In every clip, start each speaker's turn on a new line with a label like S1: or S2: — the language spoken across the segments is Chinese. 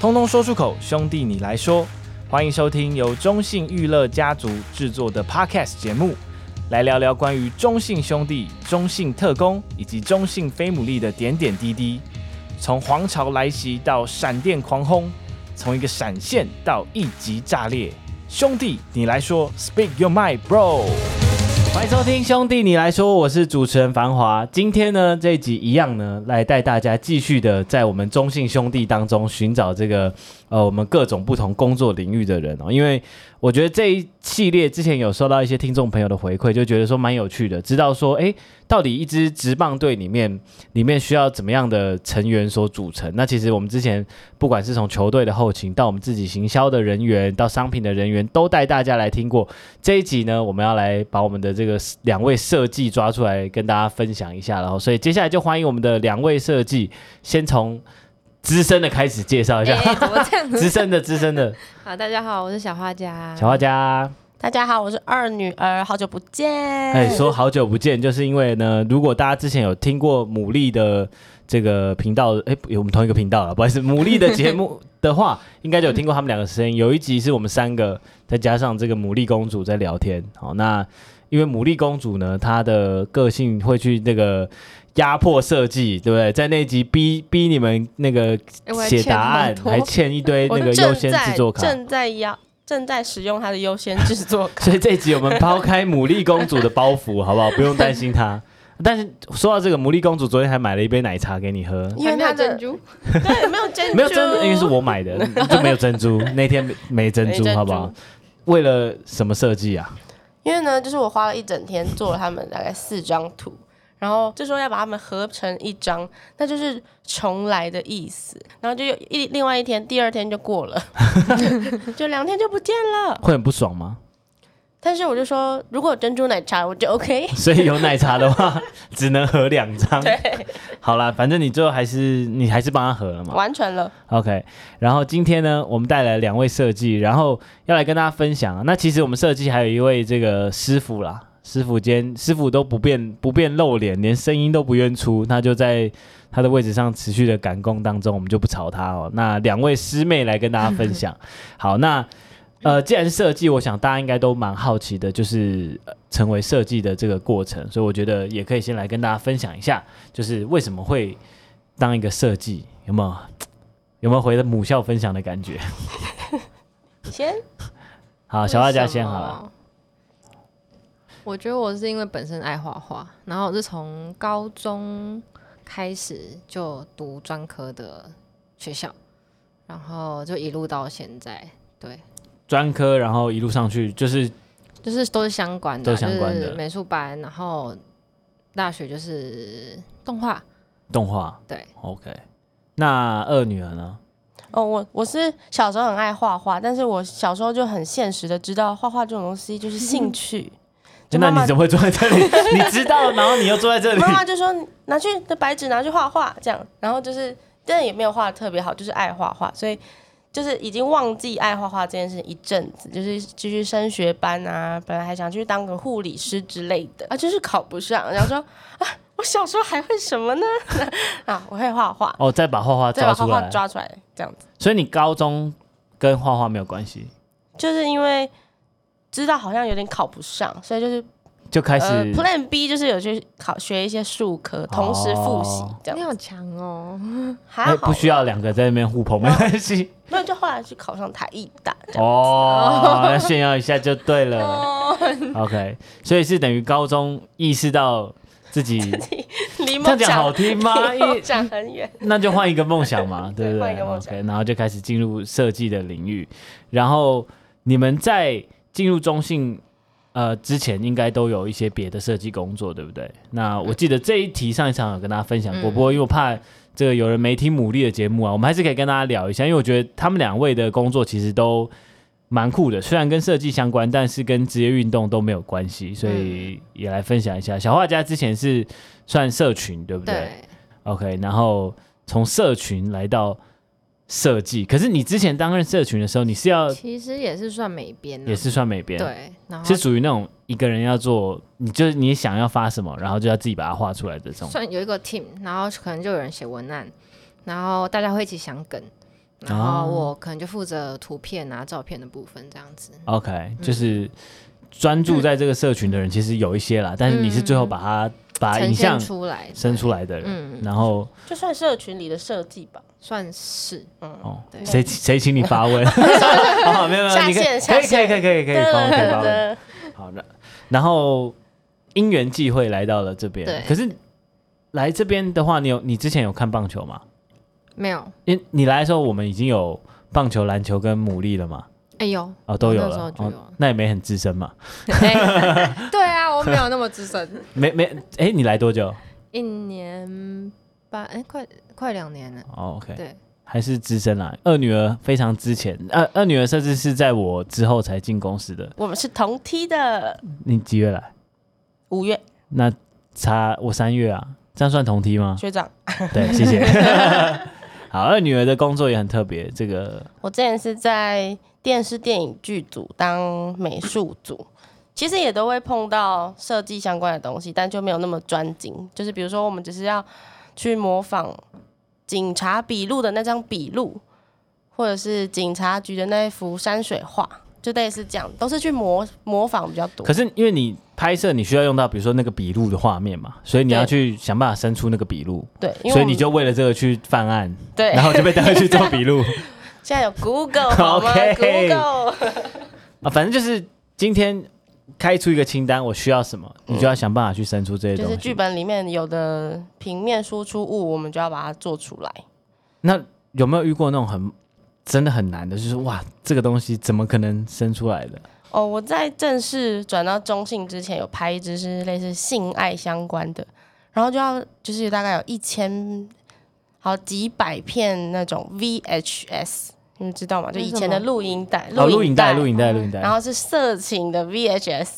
S1: 通通说出口，兄弟你来说。欢迎收听由中信娱乐家族制作的 Podcast 节目，来聊聊关于中信兄弟、中信特工以及中信飞姆利的点点滴滴。从皇朝来袭到闪电狂轰，从一个闪现到一级炸裂。兄弟，你来说，Speak your mind, bro。欢迎收听《兄弟你来说》，我是主持人繁华。今天呢，这一集一样呢，来带大家继续的在我们中信兄弟当中寻找这个呃，我们各种不同工作领域的人哦。因为我觉得这一系列之前有收到一些听众朋友的回馈，就觉得说蛮有趣的，知道说诶，到底一支职棒队里面里面需要怎么样的成员所组成？那其实我们之前不管是从球队的后勤到我们自己行销的人员，到商品的人员，都带大家来听过。这一集呢，我们要来把我们的这个两位设计抓出来跟大家分享一下，然后所以接下来就欢迎我们的两位设计，先从资深的开始介绍一下，
S2: 哎怎么 这 样
S1: 资
S2: 子？
S1: 深的资深 的
S2: 好，大家好，我是小画家。
S1: 小画家，
S3: 大家好，我是二女儿，好久不见。
S1: 哎，说好久不见，就是因为呢，如果大家之前有听过牡蛎的这个频道，哎，不我们同一个频道了，不好意思，牡蛎的节 目的话，应该就有听过他们两个声音。有一集是我们三个，再加上这个牡蛎公主在聊天。好，那因为牡蛎公主呢，她的个性会去那个。压迫设计，对不对？在那集逼逼你们那个
S2: 哎我还
S1: 写
S2: 欠
S1: 答案
S2: 很，多
S1: 还欠一堆
S3: 我
S1: 那个优
S3: 正
S1: 先
S3: 在
S1: 制作卡。
S3: 哎正在要正在使用它的优先制作 卡。
S1: 所以这一集我们抛开牡蛎公主的包袱，好不好？不用担心她。 但是说到这个，牡蛎公主昨天还买了一杯奶茶给你喝，
S3: 因为
S2: 还没有
S3: 它
S2: 珍
S3: 的
S2: 珠，
S3: 对没有珍珠，
S1: 没有珍珠，因为是我买的， 就没有珍珠。那天没没珍珠
S3: 没珍，珠
S1: 好不好？为了什么设计啊？
S3: 因为呢，就是我花了一整天做了他们大概四张图，然后就说要把它们合成一张，那就是重来的意思。然后就有一另外一天，第二天就过了， 就两天就不见了。
S1: 会很不爽 吗？
S3: 但是我就说，如果有珍珠奶茶，我就 OK。
S1: 所以有奶茶的话，只能合两张。好啦，反正你最后还是你还是帮他合了嘛。
S3: 完成了，
S1: OK，然后今天呢，我们带来两位设计，然后要来跟大家分享啊。那其实我们设计还有一位这个师傅啦，师傅兼师傅都不变不变露脸，连声音都不愿出，他就在他的位置上持续的赶工当中，我们就不吵他哦。那两位师妹来跟大家分享。好，那呃，既然是设计，我想大家应该都蛮好奇的，就是、呃成为设计的这个过程，所以我觉得也可以先来跟大家分享一下，就是为什么会当一个设计，有没有？有没有回的母校分享的感 觉？
S3: 你先
S1: 好，小画家先好了。
S2: 了。我觉得我是因为本身爱画画，然后我是从高中开始就读专科的学校，然后就一路到现在，对，
S1: 专科，然后一路上去，就是
S2: 就是都是相关的啊，
S1: 都相关的
S2: 就是美术班，然后大学就是动画，
S1: 动画。
S2: 对
S1: ，OK。那二女儿呢？
S3: 哦，我我是小时候很爱画画，但是我小时候就很现实的知道画画这种东西就是兴趣。就
S1: 那
S3: 妈妈
S1: 你怎么会坐在这里？ 你知道，然后你又坐在这里
S3: 妈。妈就说拿去的白纸拿去画画这样，然后就是但也没有画的特别好，就是爱画画，所以就是已经忘记爱画画这件事一阵子，就是继续升学班啊，本来还想去当个护理师之类的啊，就是考不上，然后说啊，我小时候还会什么呢？ 啊，我会画画，
S1: 哦，再把画画
S3: 再
S1: 抓
S3: 把画
S1: 出
S3: 画
S1: 来。
S3: 抓出来这样子。
S1: 所以你高中跟画画没有关系，
S3: 就是因为知道好像有点考不上，所以就是
S1: 就开始、
S3: 呃，Plan B 就是有去考学一些术科，同时复习这
S2: 你
S3: 样，
S2: 好强哦！
S3: 还
S1: 哎
S3: 好
S1: 不需要两个在那边互捧，没关系。
S3: 没有就后来去考上台艺大 这样。
S1: 哦，要炫耀一下就对 了。OK，所以
S3: 嗯
S1: 是等于高中意识到自己
S3: 离
S1: 这
S3: 梦
S1: 样讲好
S3: 想
S1: 听吗？ 一
S3: 离梦想很远，
S1: 那就换一个梦想嘛，对不
S3: 对
S1: 对
S3: 换一个梦
S1: o
S3: 想
S1: k 然后就开始进入设计的领域。然后你们在进入中信呃之前，应该都有一些别的设计工作，对不对？那我记得这一题上一场有跟大家分享过，
S2: 嗯
S1: 不过因为我怕这个有人没听牡蛎的节目啊，我们还是可以跟大家聊一下，因为我觉得他们两位的工作其实都蛮酷的，虽然跟设计相关，但是跟职业运动都没有关系，所
S3: 嗯
S1: 以也来分享一下。小画家之前是算社群，对不对
S2: 对，
S1: OK，然后从社群来到设计，可是你之前担任社群的时候，你是要
S2: 其实也是算美编啊，
S1: 呃也是算美编，，
S2: 对，然后
S1: 是属于那种一个人要做，你就是你想要发什么，然后就要自己把它画出来的这种。
S2: 算有一个 team，然后可能就有人写文案，然后大家会一起想梗，
S1: 哦
S2: 然后我可能就负责图片啊、照片的部分这样子。嗯
S1: OK，就是专注在这个社群的人，其实有一些啦，但是你是最后把它把
S2: 嗯呈
S1: 啊影像
S2: 现出来，
S1: 生出来的人，
S2: 嗯，
S1: 然后
S3: 就算社群里的设计吧。
S2: 算是
S1: 哦，
S2: 对
S1: 谁谁请你发 问？好，没有没有，
S3: 下
S1: 你可以
S3: 线下
S1: 可以
S3: 线
S1: 可以可以可以可以发问，可以发问。好的，然后因缘际会来到了这
S2: 对
S1: 边，可是来这边的话，你有你之前有看棒球吗？
S2: 没有。
S1: 因你来的时候，我们已经有棒球、篮球跟牡蛎了嘛？
S2: 哎呦，
S1: 哦，都有
S2: 那时候
S1: 了，
S2: 就有
S1: 哦，那也没很资深嘛，
S2: 哎对啊，我没有那么资深，
S1: 没没，哎，你来多久？
S2: 一年半，哎，快快两年了。
S1: 哦，OK，
S2: 对，
S1: 还是资深啦。二女儿非常之前，二二女儿甚至是在我之后才进公司的。
S3: 我们是同梯的，
S1: 你几月来？
S3: 五月
S1: 那差我三月啊，这样算同梯吗？
S3: 学长。
S1: 对，谢 谢。好，二女儿的工作也很特别，这个
S3: 我之前是在电视电影剧组当美术组，其实也都会碰到设计相关的东西，但就没有那么专精。就是比如说，我们只是要去模仿警察笔录的那张笔录，或者是警察局的那一幅山水画，就类似这样，都是去模模仿比较多
S1: 可。是因为你拍摄，你需要用到比如说那个笔录的画面嘛，所以你要
S3: 对
S1: 去想办法生出那个笔录，
S3: 对，因为
S1: 所以
S3: 我们
S1: 你就为了这个去犯 案，
S3: 对，
S1: 然后就被带去做笔 录
S3: 现在有 Google 好吗
S1: OK
S3: ？Google
S1: 啊。反正就是今天开出一个清单，我需要什么，你就要想办法去生出这些
S3: 嗯就
S1: 东
S3: 是
S1: 西。
S3: 剧本里面有的平面输出物，我们就要把它做出来。
S1: 那有没有遇过那种很真的很难的，就是哇，这个东西怎么可能生出来的？
S3: 哦，我在正式转到中信之前，有拍一支是类似性爱相关的，然后就要就是大概有一千，好几百片那种 VHS，你们知道吗？
S2: 那
S3: 就
S2: 是
S3: 以
S2: 什
S3: 前的
S2: 么
S3: 录音带，
S1: 哦，录影带，录影带，
S2: 嗯
S1: 录影带
S3: 然。后是色情的 VHS，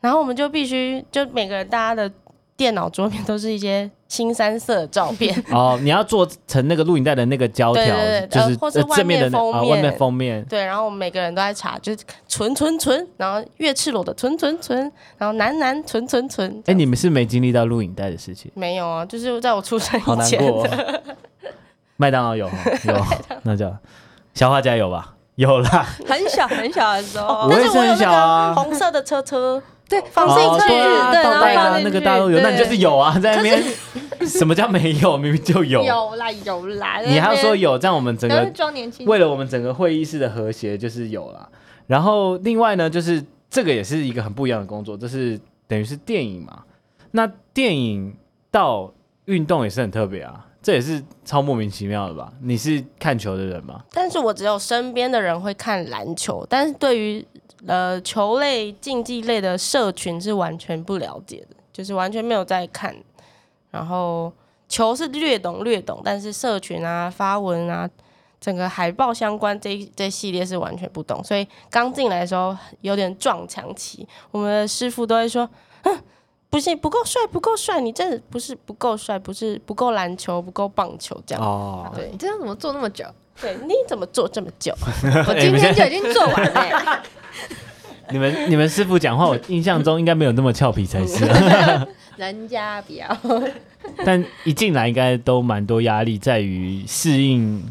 S3: 然后我们就必须就每个人大家的电脑桌面都是一些新三色的照片，
S1: 哦，你要做成那个录影带的那个胶条，
S3: 对对对
S1: 就
S3: 呃
S1: 是
S3: 或是
S1: 呃
S3: 外
S1: 正面的
S3: 面
S1: 那
S3: 封
S1: 啊，
S3: 面
S1: 外面封面。
S3: 对，然后我们每个人都在查，就是纯纯纯，然后越赤裸的纯纯纯，然后男男纯纯纯。
S1: 哎，你们是没经历到录影带的事情，
S3: 没有啊，就是在我出生
S1: 好
S3: 以
S1: 难
S3: 前
S1: 过
S3: 的。
S1: 哦。 麦当劳 有有，那叫小画家有吧？有啦，
S2: 很小很小的时 候
S1: 我
S3: 但
S1: 也
S3: 是
S1: 是
S3: 我有
S1: 很小
S3: 那个
S1: 啊。
S3: 红色的车车，
S2: 哦对，
S3: 放进
S1: 哦
S3: 去
S1: 对啊
S2: 对，
S1: 倒
S2: 然后
S1: 带啊
S2: 放进
S1: 那个
S2: 去
S1: 大家都有，那你
S2: 对
S1: 就是有啊，在那边 什么叫没有？明明就有。
S2: 有啦有啦，
S1: 你还要说有，这样我们整
S2: 然后
S1: 个
S2: 是装年轻，
S1: 为了我们整个会议室的和谐就是有啦。然后另外呢，就是这个也是一个很不一样的工作，这是等于是电影嘛。那电影到运动也是很特别啊，这也是超莫名其妙的吧？你是看球的人吗？
S3: 但是我只有身边的人会看篮球，但是对于呃球类、竞技类的社群是完全不了解的，就是完全没有在看。然后球是略懂略懂，但是社群啊、发文啊、整个海报相关这一这系列是完全不懂，所以刚进来的时候有点撞墙期。我们的师傅都会说：“哼，不是不够帅，不够帅，你这不是不够帅，不是不够篮球，不够棒球这样。
S1: 哦，
S3: 对
S2: 你这样怎么做那 么久？
S3: 对，你怎么做这么久？
S2: 我今天就已经做完了。
S1: 你们你们师傅讲 话，我印象中应该没有那么俏皮才是、啊
S2: 人家不要，
S1: 但一进来应该都蛮多压力，在于适应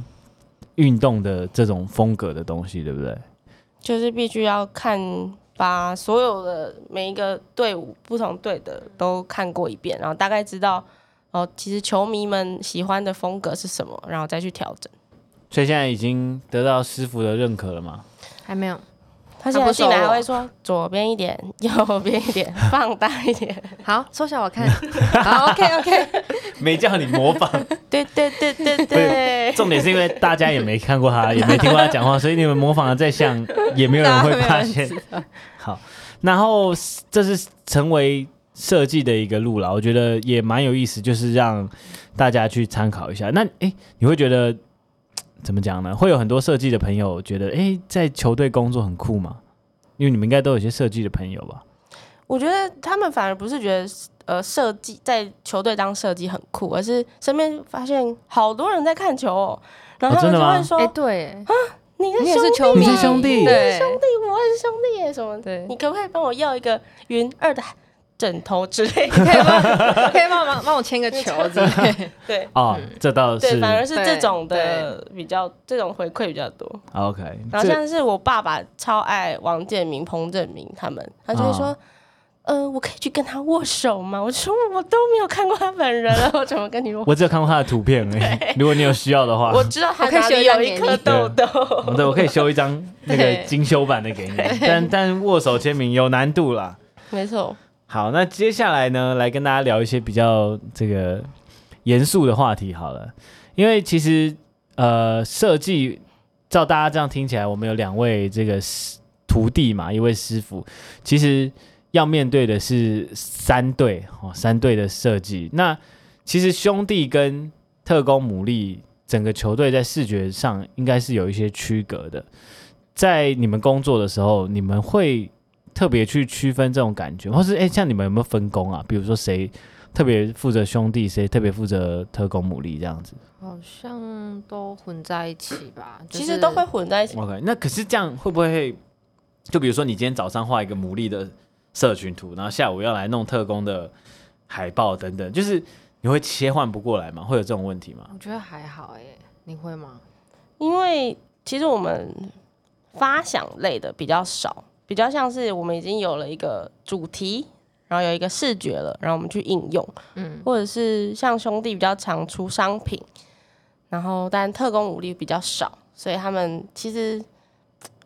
S1: 运动的这种风格的东西，对不对？
S3: 就是必须要看，把所有的每一个队伍不同队的都看过一遍，然后大概知道哦，其实球迷们喜欢的风格是什么，然后再去调整。
S1: 所以现在已经得到师傅的认可了嘛？
S2: 还没有。
S3: 他现
S2: 他
S3: 在
S2: 不收
S3: 进来还
S2: 我
S3: 会说左边一点，右边一点，放大一点。
S2: 好，缩小 我看。好，OK OK。
S1: 没叫你模仿，
S3: 对对对对对，
S1: 重点是因为大家也没看过他，也没听过他讲话，所以你们模仿的再像，也没有人会发 现。
S2: 哦
S1: 好，然后这是成为设计的一个路了，我觉得也蛮有意思，就是让大家去参考一下。那诶，你会觉得怎么讲呢？会有很多设计的朋友觉得，诶，在球队工作很酷吗？因为你们应该都有一些设计的朋友吧？
S3: 我觉得他们反而不是觉得呃设计在球队当设计很酷，而是身边发现好多人在看球哦，然后
S1: 哦
S3: 他
S1: 真
S3: 们
S1: 的
S3: 就
S1: 吗
S3: 会说、
S2: 哎，对，
S3: 你
S2: 你也
S3: 兄
S2: 是球
S1: 迷
S2: 迷，
S1: 你是兄弟
S2: 对
S3: 兄弟，我很兄弟耶什么的。
S2: 对
S3: 你可不可以帮我要一个云二的枕头之类 的。
S2: 可以帮可以帮我忙帮我牵个球子，
S3: 对
S1: 啊，这倒是
S3: 对，反而是
S2: 对
S3: 这种的比较，这种回馈比较多。
S1: OK
S3: 然后
S1: 这。
S3: 像是我爸爸超爱王建民、彭正明他们，他就会说。
S1: 哦
S3: 呃，我可以去跟他握手吗？我说我都没有看过他本人 啊，我怎么跟你握？
S1: 我只有看过他的图片而已。 如果你有需要的话，
S3: 我知道他哪里有一颗痘 痘，
S1: 我嗯对我可以修一张那个
S2: 对
S1: 精修版的给你，但但握手签名有难度啦。
S3: 没错，
S1: 好，那接下来呢，来跟大家聊一些比较这个严肃的话题好了，因为其实呃，设计照大家这样听起来，我们有两位这个师徒弟嘛，一位师傅，其实要面对的是三对哦，三对的设计。那其实兄弟跟特工牡蛎整个球队在视觉上应该是有一些区隔的，在你们工作的时候，你们会特别去区分这种感觉，或是哎、诶像你们有没有分工啊？比如说谁特别负责兄弟，谁特别负责特工牡蛎这样子
S2: 好像都混在一起吧。
S3: 其实都会混在一起。
S1: ？OK，那可是这样会不会？就比如说你今天早上画一个牡蛎的社群图，然后下午要来弄特工的海报等等，就是你会切换不过来吗？会有这种问题吗？
S2: 我觉得还好哎、你会吗？
S3: 因为其实我们发想类的比较少，比较像是我们已经有了一个主题，然后有一个视觉了，然后我们去应用，
S2: 嗯，
S3: 或者是像兄弟比较常出商品，然后但特工武力比较少，所以他们其实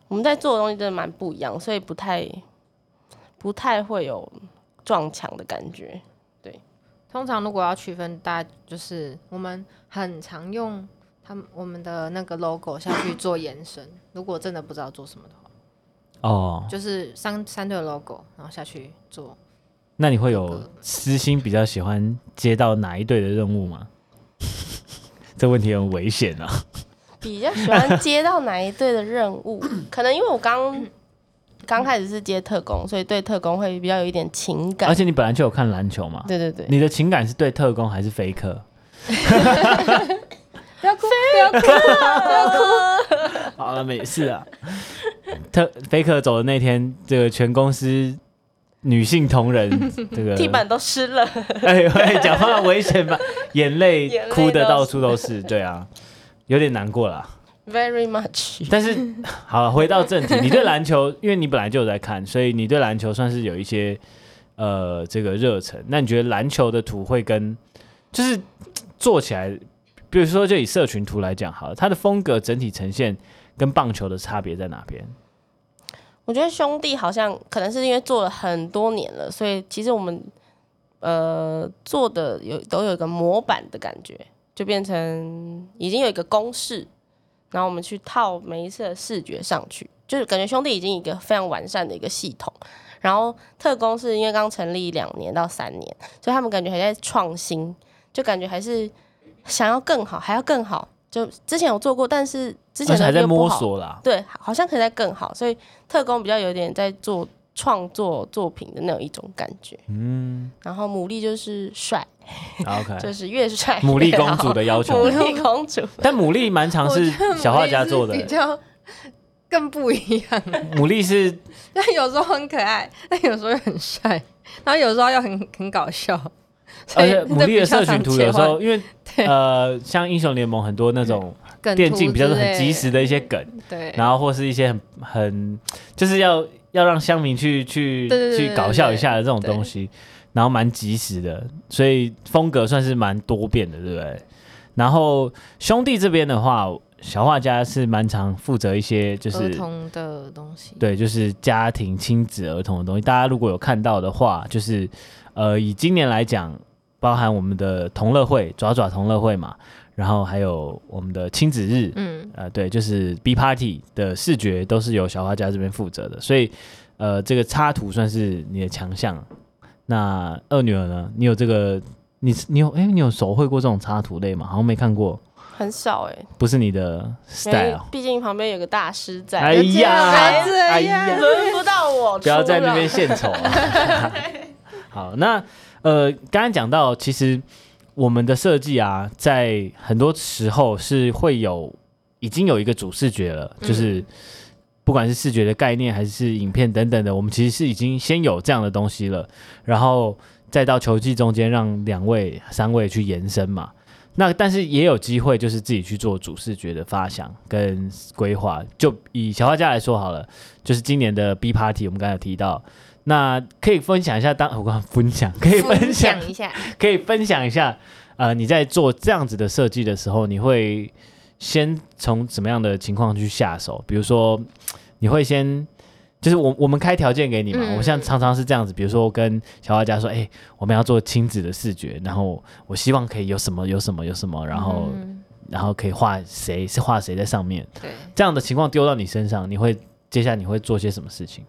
S3: 我们在做的东西真的蛮不一样，所以不太不太会有撞墙的感觉。
S2: 通常如果要区分，大家就是我们很常用他们我们的那个 logo 下去做延伸。如果真的不知道做什么的话，
S1: 哦，
S2: 就是三三对 logo，然后下去做。
S1: 那你会有私心比较喜欢接到哪一队的任务吗？ 这问题很危险啊！
S3: 比较喜欢接到哪一队的任务？ 可能因为我刚刚开始是接特工，所以对特工会比较有一点情感。
S1: 而且你本来就有看篮球嘛，
S3: 对对对，
S1: 你的情感是对特工还是飞科？
S2: 不要哭，不要哭。
S1: 好了，没事啊。特飞科走的那天，这个全公司女性同 仁，这个
S3: 地板都湿了，
S1: 哎，哎讲话危险吧，眼泪
S3: 眼泪
S1: 哭的
S3: 都
S1: 到处都是，对啊，有点难过啦。
S3: very much。
S1: 但 是好了，回到正 题，你对篮球，因为你本来就有在看，所以你对篮球算是有一些呃这个热忱。那你觉得篮球的图会跟就是做起来，比如说就以社群图来讲好了，它的风格整体呈现跟棒球的差别在哪边？
S3: 我觉得兄弟好像可能是因为做了很多年了，所以其实我们呃做的有都有一个模板的感觉，就变成已经有一个公式，然后我们去套每一次的视觉上去，就是感觉兄弟已经一个非常完善的一个系统。然后特工是因为刚成立两年到三年，所以他们感觉还在创新，就感觉还是想要更好，还要更好。就之前有做过，但是之前
S1: 而且
S3: 的
S1: 还在
S3: 又不
S1: 摸
S3: 好
S1: 索啦。
S3: 对，好像可以再更好，所以特工比较有点在做创作作品的那一种感觉。
S1: 嗯
S3: 然后牡蛎就是帅，
S1: ，OK。
S3: 就是越帅越好
S1: 牡蛎公主的要 求
S3: 牡蛎公主，
S1: 但牡蛎蛮常是小画家做的
S2: 比，较更不一样。
S1: 牡蛎 是
S2: 但有时候很可爱，但有时候又很帅，然后有时候又很很搞笑。所
S1: 而
S2: 以
S1: 且牡蛎的社群图有时候因为
S2: 对
S1: 呃像英雄联盟很多那种电竞比较是很及时的一些梗，
S2: 对，
S1: 然后或是一些很很就是要要让乡民去去
S2: 对对对
S1: 去
S2: 对
S1: 搞笑一下的这种
S2: 对
S1: 东西，然后蛮及时的，所以风格算是蛮多变的，对不对？然后兄弟这边的话，小画家是蛮常负责一些就
S2: 儿
S1: 是
S2: 童的东西，
S1: 对，就是家庭、亲子、儿童的东西。大家如果有看到的话，就是呃，以今年来讲，包含我们的同乐会、爪爪同乐会嘛，然后还有我们的亲子日，
S2: 嗯，
S1: 呃，对，就是 B Party 的视觉都是由小画家这边负责的，所以呃，这个插图算是你的强项。那二女儿呢？你有这个？你你有哎、你有手绘过这种插图类吗？好像没看过，
S3: 很少哎、
S1: 不是你的
S3: 因为
S1: style。
S3: 毕竟旁边有个大师在，
S1: 哎呀，
S2: 不要这样
S1: 哎呀，
S3: 轮不到我，
S1: 不要在那边
S3: 出
S1: 献丑啊。 好，那呃，刚刚讲到，其实我们的设计啊，在很多时候是会有已经有一个主视觉了，就是不管是视觉的概念还是影片等等的，我们其实是已经先有这样的东西了，然后再到球技中间让两位、三位去延伸嘛。那但是也有机会，就是自己去做主视觉的发想跟规划。就以小画家来说好了，就是今年的 B Party，我们刚才有提到，那可以分享一下当我刚刚分享，可以分享
S2: 一下，
S1: 可以分享一下，呃，你在做这样子的设计的时候，你会先从怎么样的情况去下手？比如说，你会先就是我我们开条件给你嘛，
S2: 嗯
S1: 我像常常是这样子，比如说我跟小画家说，哎、我们要做亲子的视觉，然后我希望可以有什么有什么有什么，然后、
S2: 嗯
S1: 然后可以画谁是画谁在上面，
S2: 对，
S1: 这样的情况丢到你身上，你会接下来你会做些什么事情？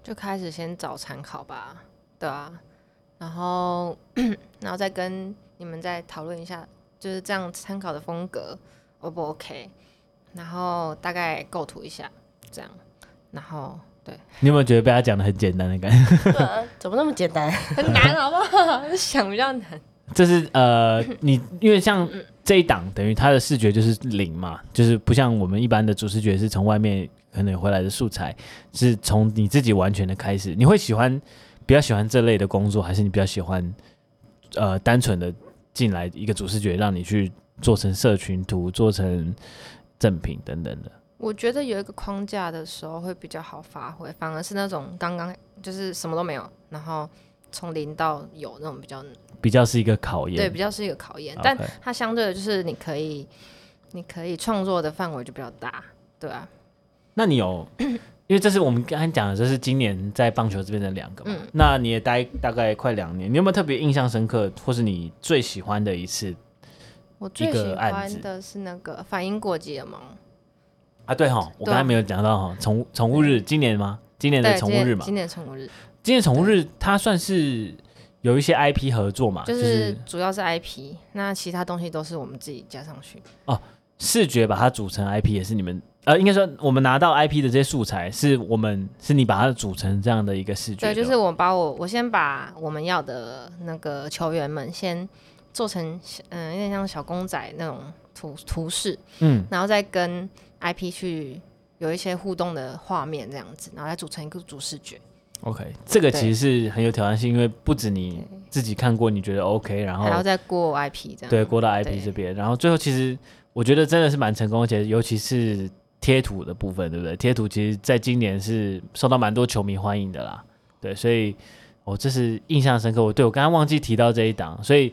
S2: 就开始先找参考吧，对啊，然后 然后再跟你们再讨论一下，就是这样参考的风格 O 不 OK，然后大概构图一下，这样，然后对，
S1: 你有没有觉得被他讲的很简单的感觉？
S3: 对啊，怎么那么简单？
S2: 很难好不好？ 想比较难，
S1: 这是呃，
S2: 嗯
S1: 你因为像这一档，等于它的视觉就是零嘛，就是不像我们一般的主视觉是从外面可能回来的素材，是从你自己完全的开始。你会喜欢比较喜欢这类的工作，还是你比较喜欢呃单纯的进来一个主视觉，让你去做成社群图、做成赠品等等的？
S2: 我觉得有一个框架的时候会比较好发挥，反而是那种刚刚就是什么都没有，然后从零到有那种比较
S1: 比较是一个考验。
S2: 对，比较是一个考验，但
S1: OK
S2: 它相对的就是你可以，你可以创作的范围就比较大，对啊，
S1: 那你 有，因为这是我们刚才讲的，这是今年在棒球这边的两个嘛。
S2: 嗯
S1: 那你也待大概快两年，你有没有特别印象深刻，或是你最喜欢的一次
S2: 我
S1: 个
S2: 最喜
S1: 案子
S2: 欢的是那个反应过激的吗？
S1: 啊？对哈，我刚才没有讲到哈，宠物宠物日今年吗？今年的
S2: 对，
S1: 宠
S2: 今
S1: 物
S2: 年
S1: 日嘛，
S2: 今年宠物日
S1: 今年宠物日它算是有一些 IP 合作啊嘛，就
S2: 就是主要是 IP，那其他东西都是我们自己加上去。
S1: 视觉把它组成 IP 也是你们。呃，应该说我们拿到 IP 的这些素材，是我们是你把它组成这样的一个视觉的，
S2: 对，就是我把我我先把我们要的那个球员们先做成小，嗯、有点像小公仔那种图图示，
S1: 嗯，
S2: 然后再跟 IP 去有一些互动的画面这样子，然后再组成一个主视觉。
S1: OK，这个
S2: 对
S1: 其实是很有挑战性，因为不止你自己看过，你觉得 OK，然
S2: 还要
S1: 后
S2: 再过 IP 这样。
S1: 对过到 IP
S2: 对
S1: 这边，然后最后其实我觉得真的是蛮成功，而且尤其是贴图的部分，对不对？贴图其实在今年是受到蛮多球迷欢迎的啦，对，所以我、这是印象深刻。我对我刚刚忘记提到这一档，所以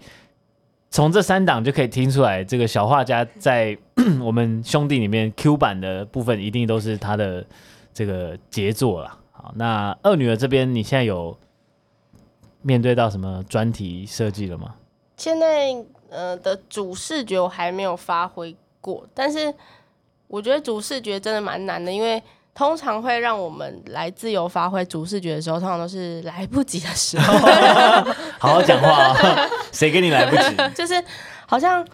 S1: 从这三档就可以听出来，这个小画家在 我们兄弟里面 Q 版的部分一定都是他的这个杰作啦。好，那二女儿这边你现在有面对到什么专题设计了吗？
S3: 现在呃的主视觉我还没有发挥过，但是我觉得主视觉真的蛮难的，因为通常会让我们来自由发挥主视觉的时候，通常都是来不及的时候，
S1: 好好讲话 啊、谁跟你 来不及？
S3: 就是好像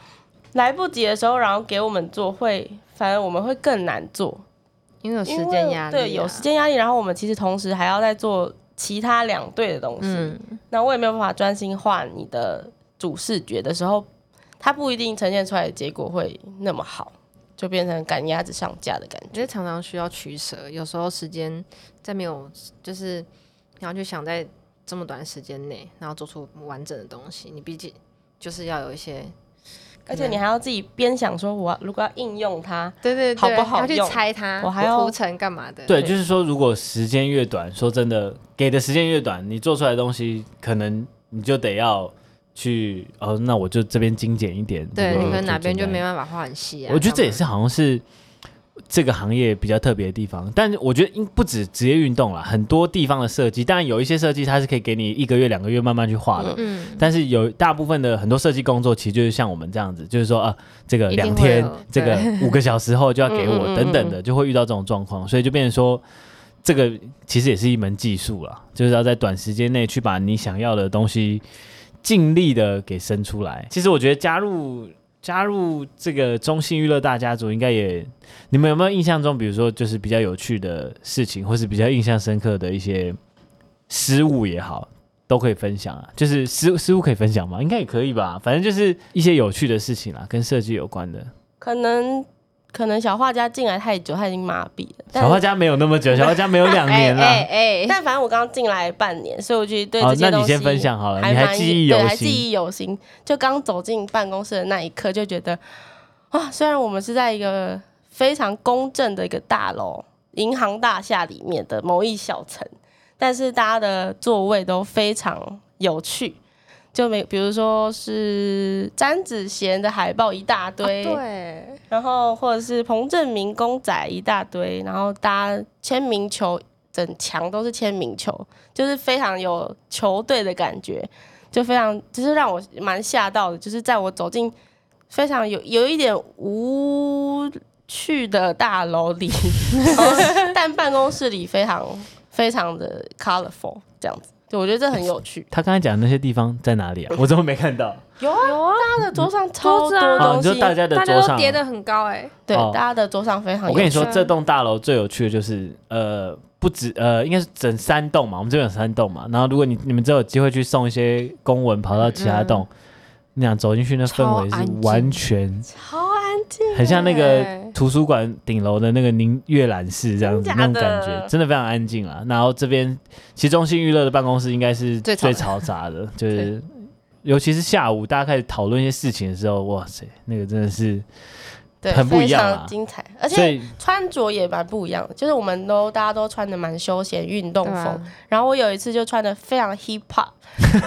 S3: 来不及的时候，然后给我们做会，反而我们会更难做，
S2: 因为有时
S3: 因为
S2: 间压力、啊，
S3: 对，有时。间压力，然后我们其实同时还要再做其他两队的东西，
S2: 嗯，
S3: 那我也没有办法专心画你的主视觉的时候，它不一定呈现出来的结果会那么好，就变成赶鸭子上架的感
S2: 我觉
S3: 觉。
S2: 得常常需要取舍，有时候时间在没有，就是你要去想在这么短时间内，然后做出完整的东西，你毕竟就是要有一些，
S3: 而且你还要自己边想说，我如果要应用它，
S2: 对对
S3: 好不好
S2: 要去
S3: 用
S2: 猜它，
S3: 我还要
S2: 涂层干嘛的？
S1: 对，就是说，如果时间越短，说真的，给的时间越短，你做出来的东西，可能你就得要去哦，那我就这边精简一点。
S2: 对，
S1: 这
S2: 你
S1: 个
S2: 可能
S1: 就
S2: 哪边就
S1: 简单一
S2: 没
S1: 点
S2: 办法画很细啊。
S1: 我觉得这也
S2: 干
S1: 是好像是这个行业比较特别的地方，但我觉得应不止职业运动啦，很多地方的设计，当然有一些设计它是可以给你一个月、两个月慢慢去画的。
S2: 嘛，嗯，
S1: 但是有大部分的很多设计工作，其实就是像我们这样子，就是说啊，这个
S2: 一定
S1: 两
S2: 会
S1: 天
S2: 有，
S1: 这个 五个小时后就要给我
S3: 嗯嗯嗯
S1: 等等的，就会遇到这种状况，所以就变成说，这个其实也是一门技术啦，就是要在短时间内去把你想要的东西尽力的给生出来。其实我觉得加入加入这个中信娱乐大家族，应该也你们有没有印象中，比如说就是比较有趣的事情，或是比较印象深刻的一些失误也好，都可以分享啊。就是失失误可以分享吗？应该也可以吧。反正就是一些有趣的事情啦，跟设计有关的。
S3: 可能可能小画家进来太久，他已经麻痹了。但
S1: 小画家没有那么久，小画家没有两年啦。
S2: 哎哎哎，
S3: 但反正我刚刚进来半年，所以我觉得对
S1: 好
S3: 这些
S1: 那
S3: 东
S1: 你
S3: 西
S1: 先分享好了
S3: 还
S1: 你还
S3: 蛮
S1: 记忆
S3: 对
S1: 犹
S3: 还
S1: 新
S3: 记忆犹新。就刚走进办公室的那一刻，就觉得啊，虽然我们是在一个非常公正的一个大楼——银行大厦里面的某一小层，但是大家的座位都非常有趣。就没，比如说是詹子贤的海报一大堆，
S2: 哦对，
S3: 然后或者是彭正明公仔一大堆，然后大家签名球，整墙都是签名球，就是非常有球队的感觉，就非常就是让我蛮吓到的，就是在我走进非常有有一点无趣的大楼里， 然后但办公室里非常非常的 colorful 这样子，就我觉得这很有 趣。
S1: 他刚才讲的那些地方在哪里啊？我怎么没看到？
S3: 有啊，
S2: 有啊，
S3: 大家的桌上超
S2: 桌子
S3: 多
S2: 啊
S1: 哦，你
S3: 东
S1: 说
S3: 西，
S1: 大家的
S2: 大
S1: 桌
S2: 家都
S1: 上
S2: 叠
S1: 啊，
S2: 得很高哎，
S3: 对，
S1: 哦
S3: 大家的桌上非常有
S1: 我跟你说，
S2: 趣啊
S1: 这栋大楼最有趣的就是，呃，不止呃，应该是整三栋嘛，我们这边有三栋嘛。然后如果你你们之后有机会去送一些公文跑到其他栋，你想走进去那氛围
S2: 超安
S1: 是
S2: 静
S1: 完全
S3: 好安静。
S1: 很像那个
S2: 对
S1: 图书馆顶楼的那个凝阅览室这样子
S3: 真
S1: 那种
S3: 假的
S1: 感觉，真的非常安静啦。然后这边其实中信娱乐的办公室应该是最
S2: 最吵
S1: 嘈杂的，就是尤其是下午大家开始讨论一些事情的时候，哇塞，那个真的是，
S3: 对，
S1: 很不一样啊
S3: 非常精彩，而
S1: 所
S3: 且
S1: 以
S3: 穿着也蛮不一样的，就是我们都大家都穿的蛮休闲运动
S2: 对
S3: 风，
S2: 啊，
S3: 然后我有一次就穿的非常 hip hop，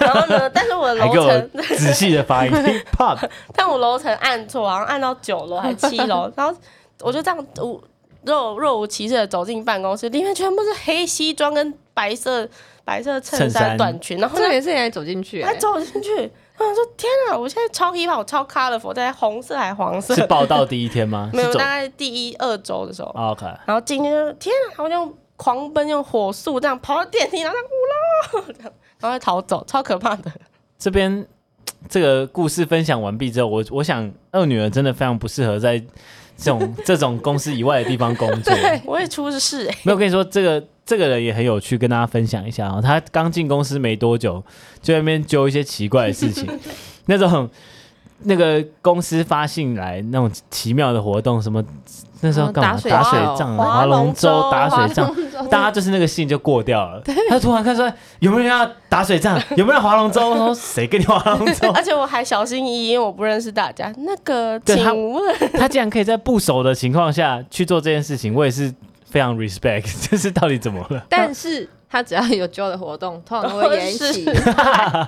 S3: 然后呢，但是我的
S1: 还
S3: 楼
S1: 给我
S3: 层，
S1: 仔细的发音 hip hop，
S3: 但我楼层按错，好像按到九楼还七 楼，然后我就这样无若若无其事的走进办公室，里面全部是黑西装跟白色白色衬
S1: 衬衫
S3: 衫短裙，然后
S2: 这
S3: 呢
S2: 也是你还走进去
S3: 我
S2: 欸，
S3: 还走进去，然后我说天啊，我现在超 hip hop，我超 colorful，在黄色还黄色，
S1: 是报道第一天吗？
S3: 没有，
S1: 是走
S3: 大概第一二周的时候，
S1: 哦，OK，
S3: 然后进去就天啊，然后就狂奔，用火速这样跑到电梯，然后这样呜啦，这样然后就逃走，超可怕的。
S1: 这边这个故事分享完毕之后，我我想二女儿真的非常不适合在这种 这种公司以外的地方工作。
S3: 我也出事哎、
S1: 没有，我跟你说，这个这个人也很有趣，跟大家分享一下啊、他刚进公司没多久，就在那边揪一些奇怪的事情，那种那个公司发信来那种奇妙的活动，什么那时候干嘛
S2: 打水
S1: 打水
S2: 仗
S1: 仗、啊
S3: 划
S1: 划龙
S3: 龙舟
S1: 舟、打
S3: 划
S1: 水仗
S2: 龙舟，
S1: 大家就是那个信就过掉了。他突然看说有没有人要打水仗，有没有人划龙舟？我说谁跟你划龙 舟？
S3: 而且我还小心翼翼，因为我不认识大家。那个，
S1: 对他
S3: 请问，
S1: 他竟然可以在不熟的情况下去做这件事情，我也是非常 respect，这是到底怎么了？
S2: 但是哦他只要有揪的活动，通常都会延期，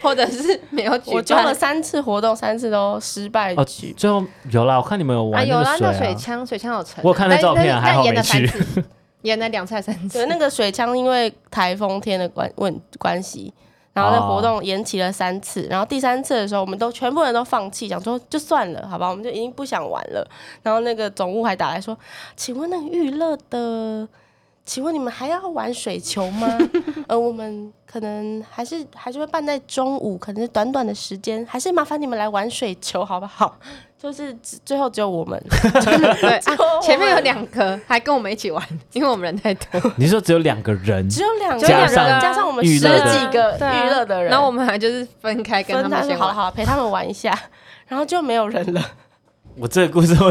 S2: 或者是没有举办。
S3: 我做了三次活动，三次都失败
S1: 哦
S3: 局。
S1: 最后有啦，我看你们有
S2: 啊，
S1: 玩
S2: 有
S1: 那
S2: 啦
S1: 个，水
S2: 那
S1: 啊，
S2: 水枪，水枪有成啊，
S1: 我有看那
S2: 但
S1: 照片啊
S2: 但
S1: 还好
S2: 但演了
S1: 没去
S2: 三 次，演了两次还三
S3: 对，
S2: 次，
S3: 那个水枪因为台风天的关问关系，然后那
S1: 哦
S3: 活动延期了三次，然后第三次的时候，我们都全部人都放弃，想说就算了，好吧，我们就已经不想玩了。然后那个总务还打来说：“请问那个娱乐的，请问你们还要玩水球吗？ 呃，我们可能还是还是会办在中午，可能是短短的时间，还是麻烦你们来玩水球好不好？”就是只最后只有我们，
S2: 对
S3: 只有我
S2: 啊，
S3: 们
S2: 前面有两个还跟我们一起玩，因为我们人太 多，
S1: 你是说只有两个 人，
S3: 只有两个
S1: 只有两
S3: 人，
S1: 个人啊
S3: 加上我们
S1: 娱
S3: 十
S1: 乐的
S3: 几个
S2: 对啊
S3: 娱乐的人，
S2: 然后我们还就是分开跟他
S3: 分
S2: 们
S3: 他
S2: 先
S3: 说好
S2: 玩，
S3: 了好了，陪他们玩一下，然后就没有人了。
S1: 我这个故事我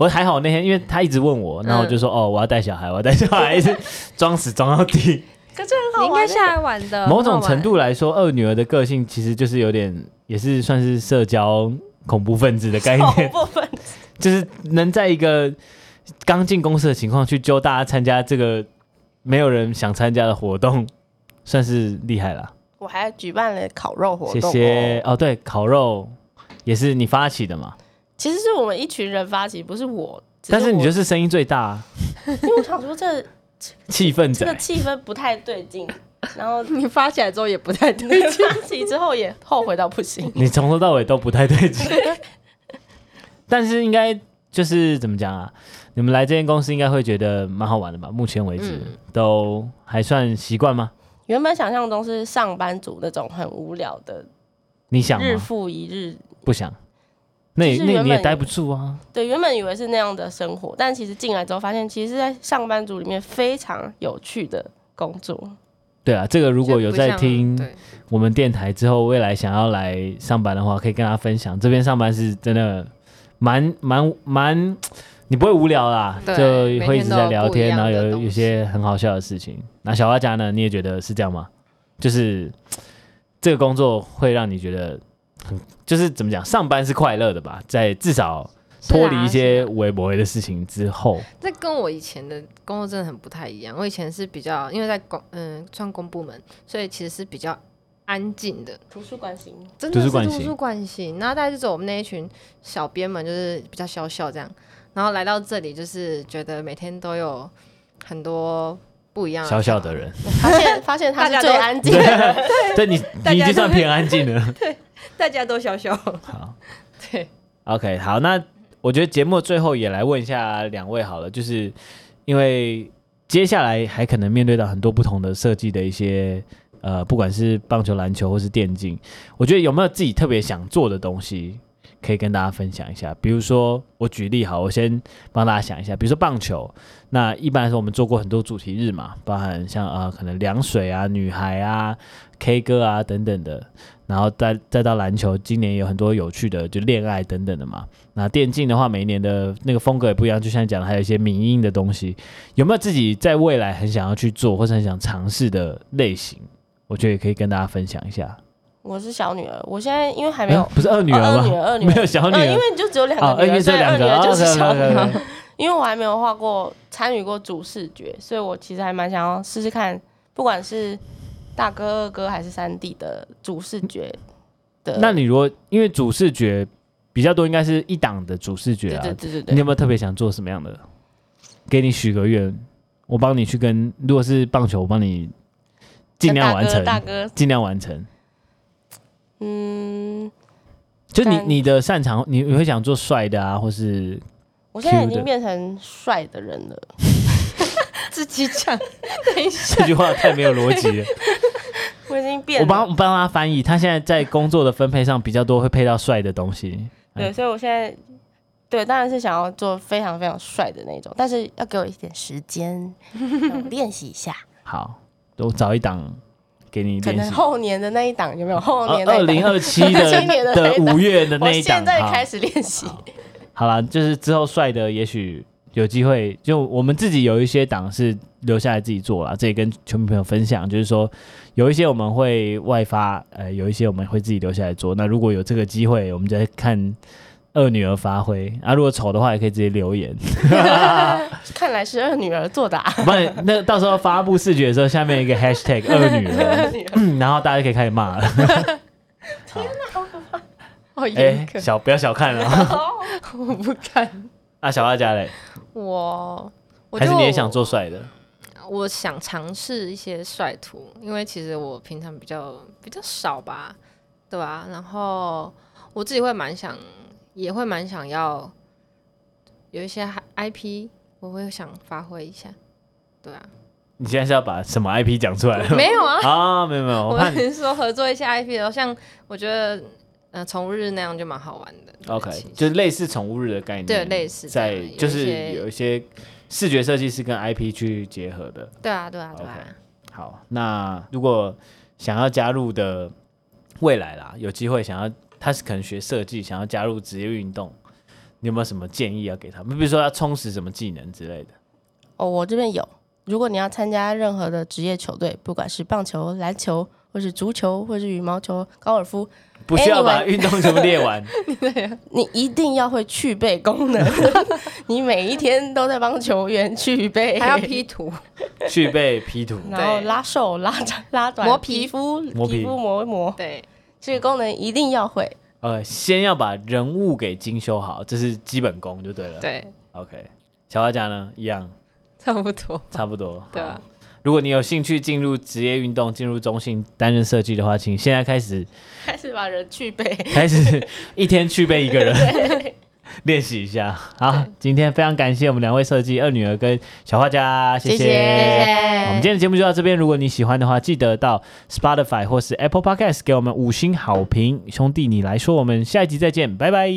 S1: 我还好那天，因为他一直问我，然后我就说、
S2: 嗯
S1: 哦，我要带小孩，我要带小孩，一直装死装到 底。
S3: 可是很
S2: 你应该
S3: 欸
S2: 下来玩的，
S1: 某种程度来说，二女儿的个性其实就是有点，也是算是社交恐怖分子的概
S3: 恐
S1: 念，
S3: 怖分子，
S1: 就是能在一个刚进公司的情况去揪大家参加这个没有人想参加的活动，算是厉害了。
S3: 我还举办了烤肉活
S1: 谢
S3: 动、
S1: 谢
S3: 哦。
S1: 哦，对，烤肉也是你发起的嘛，
S3: 其实是我们一群人发起，不是我。只
S1: 但是你
S3: 我
S1: 就是声音最大、啊，
S3: 因为我想说 这
S1: 气氛仔
S3: 这个。气氛不太对劲，然后
S2: 你发起来之后也不太对，
S3: 发起之后也后悔到不行。
S1: 你从头到尾都不太对 劲。但是应该就是怎么讲啊？你们来这间公司应该会觉得蛮好玩的吧？目前为止、
S2: 嗯
S1: 都还算习惯吗？
S3: 原本想象中是上班族那种很无聊的，
S1: 你想
S3: 日
S1: 吗？
S3: 复一日。
S1: 不想。那也
S3: 就是
S1: 那
S3: 原
S1: 你也
S3: 本
S1: 待不住啊！
S3: 对，原本以为是那样的生活，但其实进来之后发现，其实是在上班族里面非常有趣的工作。
S1: 对啊，这个如果有在听
S2: 对
S1: 我们电台之后，未来想要来上班的话，可以跟他分享。这边上班是真的蛮蛮蛮，你不会无聊啦，
S2: 对
S1: 就会一直在聊天，
S2: 每天
S1: 然
S2: 都
S1: 后
S2: 有不一样的
S1: 有
S2: 东西
S1: 有些很好笑的事情。那小花家呢，你也觉得是这样吗？就是这个工作会让你觉得很，就是怎么讲，上班是快乐的吧？在至少
S2: 是啊
S1: 脱离一些
S2: 是啊
S1: 无微不微的事情之后，
S2: 这跟我以前的工作真的很不太一样。我以前是比较，因为在公嗯、算公部门，所以其实是比较安静的，
S3: 图书馆型，
S2: 真的
S1: 图
S2: 是
S1: 书馆
S2: 图
S1: 型
S2: 书馆型。然后大家就走我们那一群小编们，就是比较笑笑这样。然后来到这里，就是觉得每天都有很多不一样
S1: 小小
S2: 的
S1: 的 人，
S3: 发现发现他
S2: 大
S3: 是
S2: 家
S3: 最
S2: 都
S3: 安静的，
S1: 对你
S2: 大家
S1: 你已经
S2: 都
S1: 算偏安静了。
S2: 想法，大家都小小。
S1: 好
S2: 对，
S1: OK，好，那我觉得节目最后也来问一下两位好了，就是因为接下来还可能面对到很多不同的设计的一些呃，不管是棒球、篮球或是电竞，我觉得有没有自己特别想做的东西可以跟大家分享一下？比如说，我举例好，我先帮大家想一下，比如说棒球，那一般来说我们做过很多主题日嘛，包含像呃可能凉水啊、女孩啊、K 歌啊等等的，然后再再到篮球，今年有很多有趣的，就恋爱等等的嘛。那电竞的话，每一年的那个风格也不一样，就像你讲的，还有一些民音的东西。有没有自己在未来很想要去做，或是很想尝试的类型？我觉得也可以跟大家分享一下。
S3: 我是小女儿，我现在因为还没有
S1: 哎，不是二女儿
S3: 哦
S1: 吗？
S3: 二女儿二女 儿
S1: 没有嗯小女
S3: 呃，因
S1: 儿
S3: 为你就只有两
S1: 啊，
S3: 个
S1: 二
S3: 女儿，
S1: 只有
S3: 对，
S1: 两
S3: 二女
S1: 个，哦
S3: 儿就是小女儿。
S1: 女
S3: 因为我还没有画过、参与过主视觉，所以我其实还蛮想要试试看，不管是大哥、二哥还是三弟的主视觉的。
S1: 那你如果因为主视觉比较多，应该是一档的主视觉
S3: 对
S1: 啊。
S3: 对对对
S1: 你有
S3: 对，
S1: 没有特别想做什么样的？给你许个愿，我帮你去跟。如果是棒球，我帮你尽量完成。
S3: 大哥，大哥
S1: 尽量完成。
S3: 嗯，
S1: 就你
S3: 但
S1: 你的擅长，你你会想做帅的啊，或是
S3: 我现在已
S1: Q 的
S3: 经变成帅的人了。
S2: 自己讲，等一下，
S1: 这句话太没有逻 辑了。
S3: 我已经变
S1: 我
S3: 了，
S1: 帮我帮他翻译，他现在在工作的分配上比较多会配到帅的东西。
S3: 对，所以我现在对当然是想要做非常非常帅的那种，但是要给我一点时间让我练习一下。
S1: 好，我找一档给你
S3: 可
S1: 练
S3: 能
S1: 习。呃
S3: 后年的那一档有没有？后年那
S1: 二
S3: 一档
S1: 零 二七
S3: 今年
S1: 的
S3: 的那
S1: 的
S3: 一档
S1: 五月的
S3: 我
S1: 那一档，
S3: 现在
S1: 好
S3: 开始练习。
S1: 好啦，就是之后帅的也许有机会，就我们自己有一些档是留下来自己做啦，这也跟全部朋友分享，就是说有一些我们会外发，呃，有一些我们会自己留下来做。那如果有这个机会，我们再看二女儿发挥啊。如果丑的话，也可以直接留 言。
S3: 看来是二女儿啊作答。
S1: 不然那到时候发布视觉的时候，下面一个 hashtag 二女儿，嗯然后大家可以开始骂了。
S2: 好
S1: 哎
S2: 严、格，
S1: 小不要小看了啊
S2: 我不敢。
S1: 啊，小阿家嘞，
S2: 我，我
S1: 还是
S2: 就
S1: 你也想做帅的？
S2: 我想尝试一些帅图，因为其实我平常比较比较少吧，对吧、然后我自己会蛮想，也会蛮想要有一些 IP，我会想发挥一下，对啊，
S1: 你现在是要把什么 IP 讲出来？
S2: 没有啊，
S1: 啊，没有没有，我
S2: 我
S1: 怕 你
S2: 是说合作一些 IP 然后像我觉得，呃，从日那样就蛮好玩的。
S1: OK，
S2: 其实
S1: 就是类似宠物日的概念，
S2: 对类似这样
S1: 在
S2: 有一
S1: 就是
S2: 些
S1: 有一些视觉设计是跟 IP 去结合的。
S2: 对啊，对啊，对啊
S1: OK 好，那如果想要加入的未来啦，有机会想要他是可能学设计，想要加入职业运动，你有没有什么建议要给他们？比如说要充实什么技能之类的。
S3: 哦，我这边有。如果你要参加任何的职业球队，不管是棒球、篮球，或是足球，或是羽毛球、高尔夫，
S1: 不需要
S2: 哎
S1: 把
S3: Anyway
S1: 运动全部列 完，
S3: 你一定要会具备功能。 你每一天都在帮球员具备，
S2: 还要 P 图，
S1: 具备 P 图，
S3: 然后
S2: 对
S3: 拉瘦、拉长、拉短，
S2: 磨皮
S3: 皮肤、
S1: 磨皮
S3: 皮肤磨一磨，
S2: 对，
S3: 这个功能一定要 会。
S1: 呃，先要把人物给精修好，这是基本功就对了。
S2: 对，
S1: ，OK。小花甲呢，一样，
S2: 差不多，
S1: 差不多。
S2: 对
S1: 好
S2: 啊，
S1: 如果你有兴趣进入职业运动、进入中性担任设计的话，请现在开始
S3: 开始把人具备。
S1: 开始一天去背一个人练习一下。好，今天非常感谢我们两位设计二女儿跟小画家，谢
S3: 谢谢
S1: 好我们今天的节目就到这边。如果你喜欢的话，记得到 Spotify 或是 Apple Podcast 给我们五星好评。兄弟，你来说，我们下一集再见，拜拜。